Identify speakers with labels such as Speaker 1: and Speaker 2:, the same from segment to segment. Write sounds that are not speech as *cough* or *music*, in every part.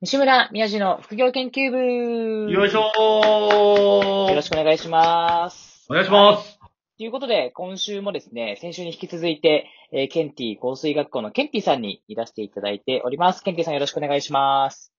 Speaker 1: 西村宮治の副業研究部。
Speaker 2: よいしょー
Speaker 1: よろしくお願いします。
Speaker 2: お願いします、
Speaker 1: ということで、今週もですね、先週に引き続いて、えーケンティ香水学校のケンティさんにいらしていただいております。ケンティさんよろしくお願いします。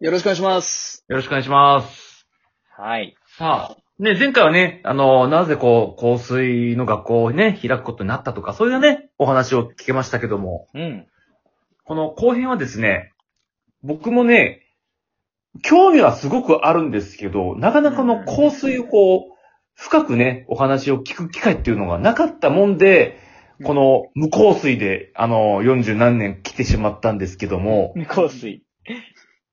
Speaker 3: よろしくお願いします。
Speaker 2: よろしくお願いします。
Speaker 1: はい。
Speaker 2: さあ、ね、前回はね、あの、なぜこう、香水の学校をね、開くことになったとか、そういうね、お話を聞けましたけども、
Speaker 1: うん。
Speaker 2: この後編はですね、僕もね、興味はすごくあるんですけど、なかなか
Speaker 1: う
Speaker 2: の
Speaker 1: ん
Speaker 2: 香水をこう、深くね、お話を聞く機会っていうのがなかったもんで、この無香水で、あの、40何年来てしまったんですけども、
Speaker 1: 香水。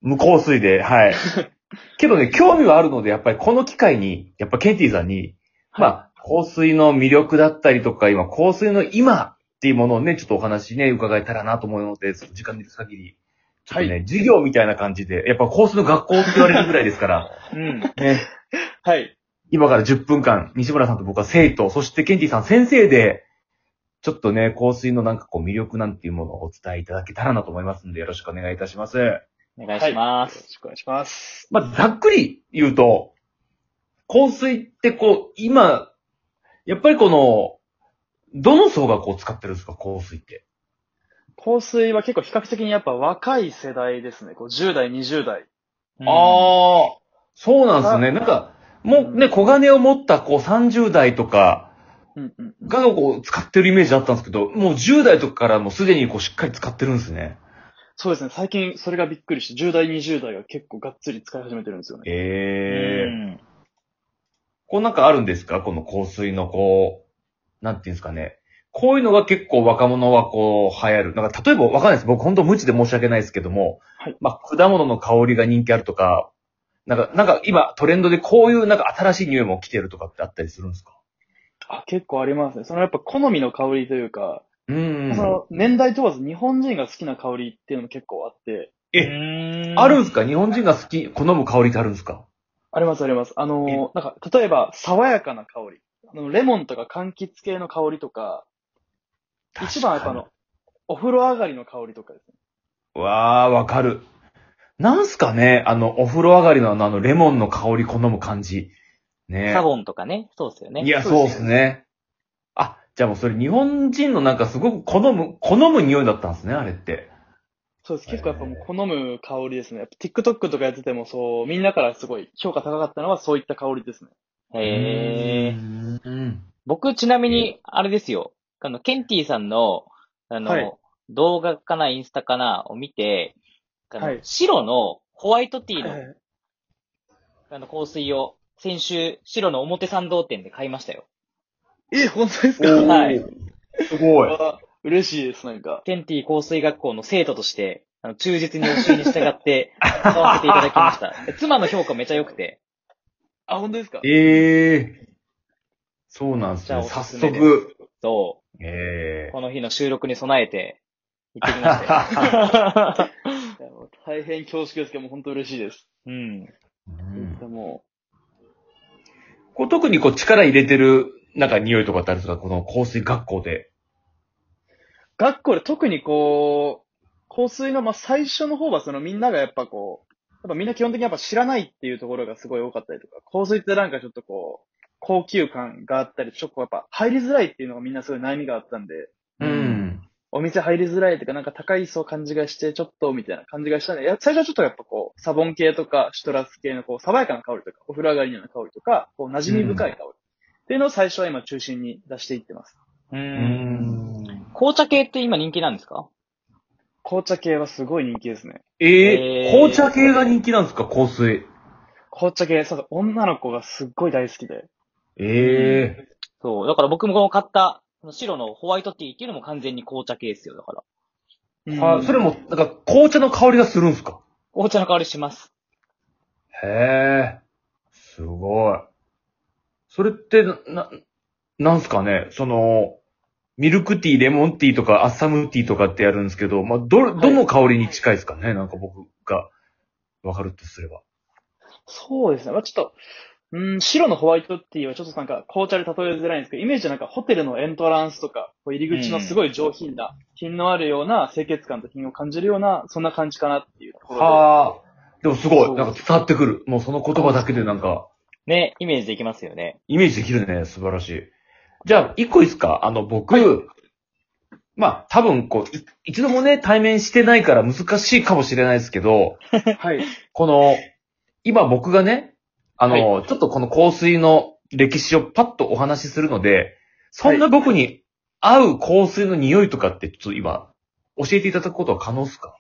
Speaker 2: 無香水で、 *laughs* はい。けどね、興味はあるので、やっぱりこの機会に、やっぱケンティさんに、まあ、香水の魅力だったりとか、今、香水の今っていうものをね、ちょっとお話ね、伺えたらなと思うので、ちょっと時間でる限り、ちょっとね、授業みたいな感じで、やっぱ香水の学校って言われるぐらいですから、
Speaker 1: うん。
Speaker 2: *laughs* ね、
Speaker 1: はい。
Speaker 2: 今から10分間、西村さんと僕は生徒、そしてケンティさん先生で、ちょっとね、香水のなんかこう魅力なんていうものをお伝えいただけたらなと思いますんで、よろしくお願いいたします。
Speaker 1: お願いします。
Speaker 3: よろしくお願いします。
Speaker 2: まあ、ざっくり言うと、香水ってこう、今、やっぱりこの、どの層がこう使ってるんですか、香水って。
Speaker 3: 香水は結構比較的にやっぱ若い世代ですね。こう10代、20代。
Speaker 1: うん
Speaker 2: ああ、そうなんですね。なんか、もうね、小金を持ったこう30代とか
Speaker 3: うんうん。
Speaker 2: がこう使ってるイメージだったんですけど、もう10代とかからもうすでにこうしっかり使ってるんですね。
Speaker 3: そうですね。最近それがびっくりして、10代、20代が結構がっつり使い始めてるんですよね。
Speaker 2: え
Speaker 1: う
Speaker 2: え
Speaker 1: ん
Speaker 2: こうなんかあるんですかこの香水のこう、なんていうんですかね。こういうのが結構若者はこう流行る。なんか例えばわかんないです。僕本当無知で申し訳ないですけども。
Speaker 3: はい
Speaker 2: まあ果物の香りが人気あるとか、なんか、なんか今トレンドでこういうなんか新しい匂いも来てるとかってあったりするんですか
Speaker 3: あ、結構ありますね。そのやっぱ好みの香りというか、
Speaker 2: うーん。
Speaker 3: その年代問わず日本人が好きな香りっていうのも結構あって、
Speaker 2: え
Speaker 1: うん
Speaker 2: あるんですか日本人が好き、好む香りってあるんですか
Speaker 3: ありますあります。あのー、なんか例えば爽やかな香り。あのレモンとか柑橘系の香りとか、一番やっぱあの、お風呂上がりの香りとかですね。
Speaker 2: わー、わかる。なんすかねあの、お風呂上がりのあの、あのレモンの香り好む感じ。ね
Speaker 1: サボンとかね。そうですよね。
Speaker 2: いや、
Speaker 3: そう
Speaker 2: そう
Speaker 3: で
Speaker 2: ですすね。あ、じゃあもうそれ日本人のなんかすごく好む、好む匂いだったんですね、あれって。
Speaker 3: そうです。結構やっぱもう好む香りですね。やっぱ TikTok とかやっててもそう、みんなからすごい評価高かったのはそういった香りですね。
Speaker 1: へえ。
Speaker 2: うん。
Speaker 1: 僕、ちなみに、あれですよ。あの、ケンティさんの、あの、
Speaker 3: はい
Speaker 1: 動画かな、インスタかな、を見て、あの
Speaker 3: はい
Speaker 1: 白のホワイトティーの、
Speaker 3: はい
Speaker 1: あの、香水を、先週、白の表参道店で買いましたよ。
Speaker 3: え、本当です
Speaker 2: おー
Speaker 1: はい。
Speaker 2: すごい。
Speaker 3: わ嬉しいです、なんか。
Speaker 1: ケンティ香水学校の生徒として、あの、忠実に教えに従
Speaker 3: *laughs*
Speaker 1: って、買わせていただきました。妻の評価めちゃ良くて。
Speaker 3: あ、本当ですか
Speaker 2: ええそうなんですね。
Speaker 1: じゃあお
Speaker 2: 早
Speaker 1: すすめです
Speaker 2: 速。
Speaker 1: そ
Speaker 2: え
Speaker 1: う。
Speaker 2: え
Speaker 1: この日の収録に備えて、行ってきましたよ。
Speaker 2: ー。
Speaker 3: *laughs* いやもう大変恐縮ですけど、もう本当嬉しいです。
Speaker 1: うん。
Speaker 2: うん
Speaker 3: でも、
Speaker 2: こう特にこう力入れてる、なんか匂いとかってあるんですかこの香水学校で。
Speaker 3: 学校で特にこう、香水の、まあ、最初の方はそのみんながやっぱこう、やっぱみんな基本的にやっぱ知らないっていうところがすごい多かったりとか、香水ってなんかちょっとこう、高級感があったり、ちょっとこうやっぱ入りづらいっていうのがみんなすごい悩みがあったんで、
Speaker 1: うん。
Speaker 3: お店入りづらいとか、なんか高いそう感じがして、ちょっと、みたいな感じがしたんで、いや、最初はちょっとやっぱこう、サボン系とか、シトラス系のこう、爽やかな香りとか、お風呂上がりのような香りとか、こう、馴染み深い香り。っていうのを最初は今中心に出していってます。
Speaker 1: う。
Speaker 2: うんん。
Speaker 1: 紅茶系って今人気なんですか
Speaker 3: 紅茶系はすごい人気ですね。
Speaker 2: ええ
Speaker 1: えー
Speaker 2: 紅茶系が人気なんですか香水。
Speaker 3: 紅茶系、そうそう、女の子がすっごい大好きで。
Speaker 2: ええ
Speaker 1: そう。だから僕もこの買った、この白のホワイトティーっていうのも完全に紅茶系ですよ。だから。
Speaker 2: あ、それも、なんか紅茶の香りがするんですか
Speaker 1: 紅茶の香りします。
Speaker 2: へえ、すごい。それってな、な、なんすかね、その、ミルクティー、レモンティーとか、アッサムティーとかってやるんですけど、まあ、どれ、
Speaker 3: い
Speaker 2: どの香りに近いですかね、なんか僕が、わかるとすれば。
Speaker 3: そうですね。まあ、ちょっと、うん、白のホワイトティーはちょっとなんか紅茶で例えづらいんですけど、イメージはなんかホテルのエントランスとか、こう入り口のすごい上品な、品のあるような、清潔感と品を感じるような、そんな感じかなっていうところで。
Speaker 2: はあ、でもすごい、なんか伝わってくる。もうその言葉だけでなんか、
Speaker 1: ね、イメージできますよね。
Speaker 2: イメージできるね。素晴らしい。じゃあ、一個いいですかあの、僕、まあ、多分、こう、い一度もね、対面してないから難しいかもしれないですけど、
Speaker 3: *laughs* はい。
Speaker 2: この、今僕がね、あの、ちょっとこの香水の歴史をパッとお話しするので、そんな僕に合う香水の匂いとかって、ちょっと今、教えていただくことは可能ですか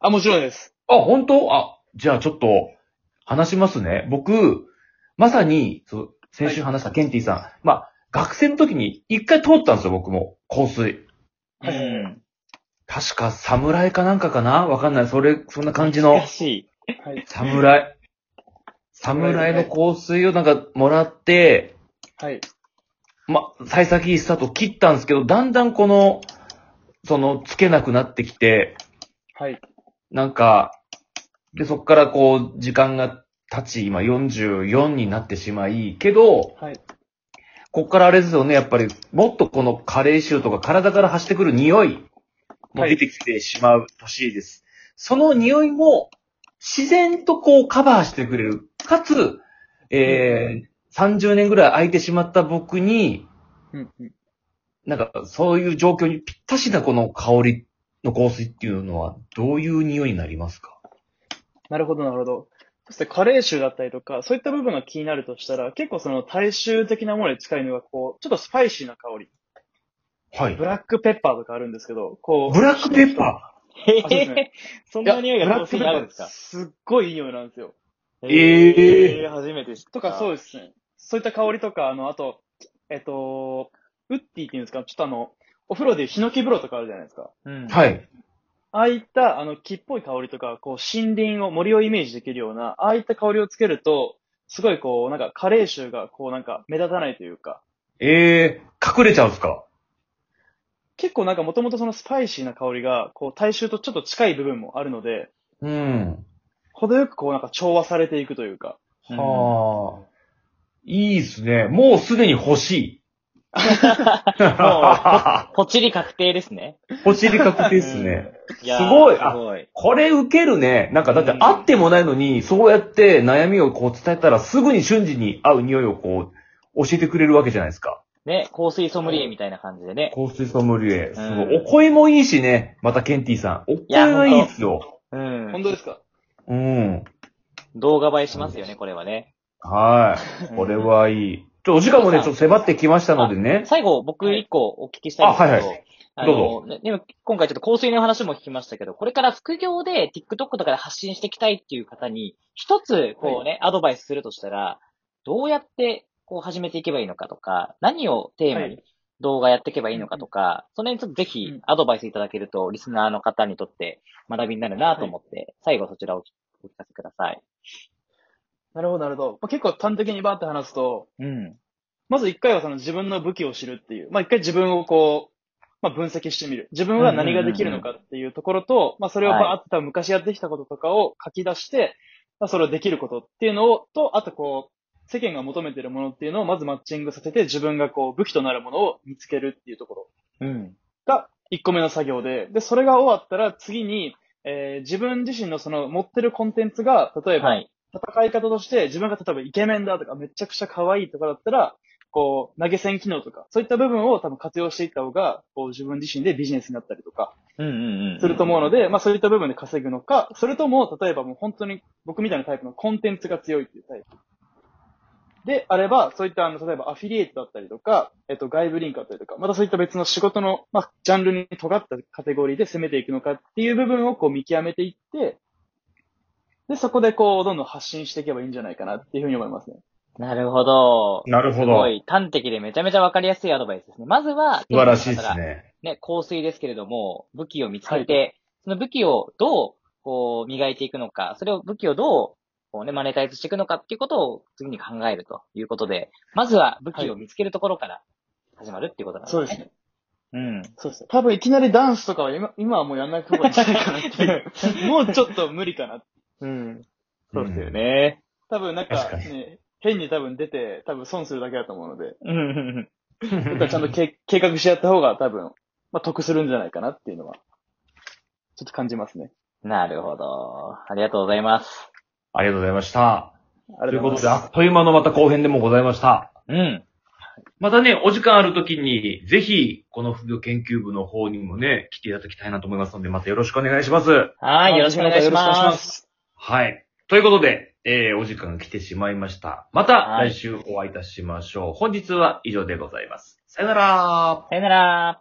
Speaker 3: あ、もちろんです。
Speaker 2: あ、本当あ、じゃあちょっと、話しますね。僕、まさに、そう先週話したケンティさん、まあ、学生の時に一回通ったんですよ、僕も。香水。
Speaker 1: う
Speaker 3: はい
Speaker 1: ん。
Speaker 2: 確か、侍かなんかかなわかんない。それ、そんな感じの
Speaker 1: 難。しい。
Speaker 3: はい。
Speaker 2: 侍。侍の香水をなんかもらって、
Speaker 3: はい。
Speaker 2: ま、幸先スタート切ったんですけど、だんだんこの、その、つけなくなってきて、
Speaker 3: はい。
Speaker 2: なんか、で、そっからこう、時間が経ち、今44になってしまい、けど、
Speaker 3: はい。
Speaker 2: こっからあれですよね、やっぱり、もっとこの加齢臭とか体から発してくる匂いも出てきてしまう年です。その匂いも、自然とこうカバーしてくれる。かつ、えー、30年ぐらい空いてしまった僕に、
Speaker 3: うんうん。
Speaker 2: なんか、そういう状況にぴったしなこの香りの香水っていうのは、どういう匂いになりますか
Speaker 3: なるほど、なるほど。そして、加齢臭だったりとか、そういった部分が気になるとしたら、結構その大衆的なものに近いのが、こう、ちょっとスパイシーな香り。
Speaker 2: はい。
Speaker 3: ブ
Speaker 2: ブラ
Speaker 3: ラックペッパーとかあるんですけど、こう。
Speaker 2: ックペッパ
Speaker 1: へ
Speaker 3: そうです
Speaker 1: え
Speaker 3: ね、
Speaker 1: そんな匂いが香水になるんですか
Speaker 3: すっごいいい匂いなんですよ。
Speaker 2: ブラックえー
Speaker 1: えー初めて知った。
Speaker 3: とか、そう
Speaker 1: う
Speaker 3: ですね。そういった香りとか、あの、あと、えっと、ウッディっていうんですか、ちょっとあの、お風呂でいうヒノキ風呂とかあるじゃないですか。
Speaker 1: うん。
Speaker 2: ー。はい。
Speaker 3: ああいった、あの、木っぽい香りとか、こう、森林を、森をイメージできるような、ああいった香りをつけると、すごいこう、なんか、加齢臭が、こう、なんか、目立たないというか、
Speaker 2: えー、隠れちゃうんですか
Speaker 3: 結構なんか、もともとそのスパイシーな香りが、こう、大衆とちょっと近い部分もあるので、
Speaker 2: うん。
Speaker 3: 程よくこう、なんか、調和されていくというか、
Speaker 1: うん
Speaker 2: はあ。いいですね。もうすでに欲しい。
Speaker 1: もポチリ確定ですね。
Speaker 2: *laughs* 欲しい確定ですね。
Speaker 1: いやー
Speaker 2: すごい
Speaker 1: す
Speaker 2: あ
Speaker 1: ごい。
Speaker 2: これ受けるね。なんかだってあってもないのに、そうやって悩みをこう伝えたら、すぐに瞬時に合う匂いをこう、教えてくれるわけじゃないですか。
Speaker 1: ね、香水ソムリエみたいな感じでね。
Speaker 2: 香水ソムリエ。すごい。
Speaker 1: うん
Speaker 2: お声もいいしね。またケンティさん。お声がいいっすよ。
Speaker 1: うん。
Speaker 3: 本当ですか
Speaker 2: うん。
Speaker 1: 動画映えしますよね、これはね。
Speaker 2: はい。これはいい。ちょっとお時間もね、ちょっと迫ってきましたのでね。
Speaker 1: 最後、僕一個お聞きしたいんですけど、
Speaker 2: あはいは
Speaker 1: あ
Speaker 2: ど
Speaker 1: の、ねでも今回ちょっと香水の話も聞きましたけど、これから副業で TikTok とかで発信していきたいっていう方に、一つ、こうね、アドバイスするとしたら、どうやって、こう始めていけばいいのかとか、何をテーマ
Speaker 3: は
Speaker 1: に
Speaker 3: い
Speaker 1: 動画やっていけばいいのかとか、その辺ちょっとぜひ
Speaker 3: うん
Speaker 1: アドバイスいただけると、リスナーの方にとって学びになるなと思って、最後そちらをお聞かせください。
Speaker 3: なるほど、なるほど。まあ、結構端的にバーって話すと、
Speaker 1: うん。
Speaker 3: まず一回はその自分の武器を知るっていう。まあ一回自分をこう、まあ分析してみる。自分は何ができるのかっていうところと、まあそれを
Speaker 1: は
Speaker 3: バーって多分昔やってきたこととかを書き出して、まあそれをできることっていうのを、と、あとこう、世間が求めてるものっていうのをまずマッチングさせて自分がこう武器となるものを見つけるっていうとこ
Speaker 1: う
Speaker 3: ろ
Speaker 1: ん。
Speaker 3: が1個目の作業で、で、それが終わったら次に、えー自分自身のその持ってるコンテンツが、例えば、
Speaker 1: はい。
Speaker 3: 戦い方として、自分が例えばイケメンだとか、めちゃくちゃ可愛いとかだったら、こう、投げ銭機能とか、そういった部分を多分活用していった方が、こう自分自身でビジネスになったりとか、
Speaker 1: うんうんうん。
Speaker 3: すると思うので、まあそういった部分で稼ぐのか、それとも、例えばもう本当に僕みたいなタイプのコンテンツが強いっていうタイプ。で、あれば、そういったあの、例えばアフィリエイトだったりとか、えっと、外部リンクだったりとか、またそういった別の仕事の、まあ、ジャンルに尖ったカテゴリーで攻めていくのかっていう部分をこう見極めていって、で、そこでこう、どんどん発信していけばいいんじゃないかなっていうふうに思いますね。
Speaker 1: なるほど。
Speaker 2: なるほ
Speaker 1: すごい端的でめちゃめちゃわかりやすいアドバイスですね。まずは、
Speaker 2: 素晴らしいで
Speaker 1: だ
Speaker 2: す
Speaker 1: から
Speaker 2: ね。
Speaker 1: ね、香水ですけれども、武器を見つけて、その武器をどう、こう、磨いていくのか、それを武器をどう、こうね、マネタイズしていくのかっていうことを次に考えるということで、まずは武器を見つけるところから始まるっていうことなんですね。
Speaker 3: ね。
Speaker 1: うん。
Speaker 3: そうですね。多分いきなりダンスとかは今今はもうやんない方がいいんじゃないかなって
Speaker 1: *laughs*
Speaker 3: いう。もうちょっと無理かな
Speaker 1: うん。そうですよね。
Speaker 3: 多分なん
Speaker 2: 確
Speaker 3: か、
Speaker 2: か
Speaker 3: ね、変に多分出て、多分損するだけだと思うので、
Speaker 1: うんうんうん。
Speaker 3: 僕はちゃんとけ計画してやった方が多分、まあ得するんじゃないかなっていうのは、ちょっと感じますね。
Speaker 1: *laughs* なるほど。ありがとうございます。
Speaker 2: ありがとうございました。
Speaker 3: あ
Speaker 2: と
Speaker 3: り
Speaker 2: いう
Speaker 3: がとう
Speaker 2: こ
Speaker 3: ご
Speaker 2: と
Speaker 3: ざ
Speaker 2: で、
Speaker 3: い
Speaker 2: あ
Speaker 3: ま
Speaker 2: っという間のまた後編でもございました。
Speaker 1: うん。
Speaker 2: またね、お時間あるときに、ぜひ、この副業研究部の方にもね、来ていただきたいなと思いますので、またよろしくお願いします。
Speaker 1: は
Speaker 3: す。
Speaker 1: い、よろしくお願いし
Speaker 3: よろくお願
Speaker 1: ま
Speaker 3: いし
Speaker 1: す。
Speaker 3: す。
Speaker 2: はい。ということで、えー、お時間が来てしまいました。また
Speaker 1: はい
Speaker 2: 来週お会いいたしましょう。本日は以上でございます。さよなら
Speaker 1: さよなら。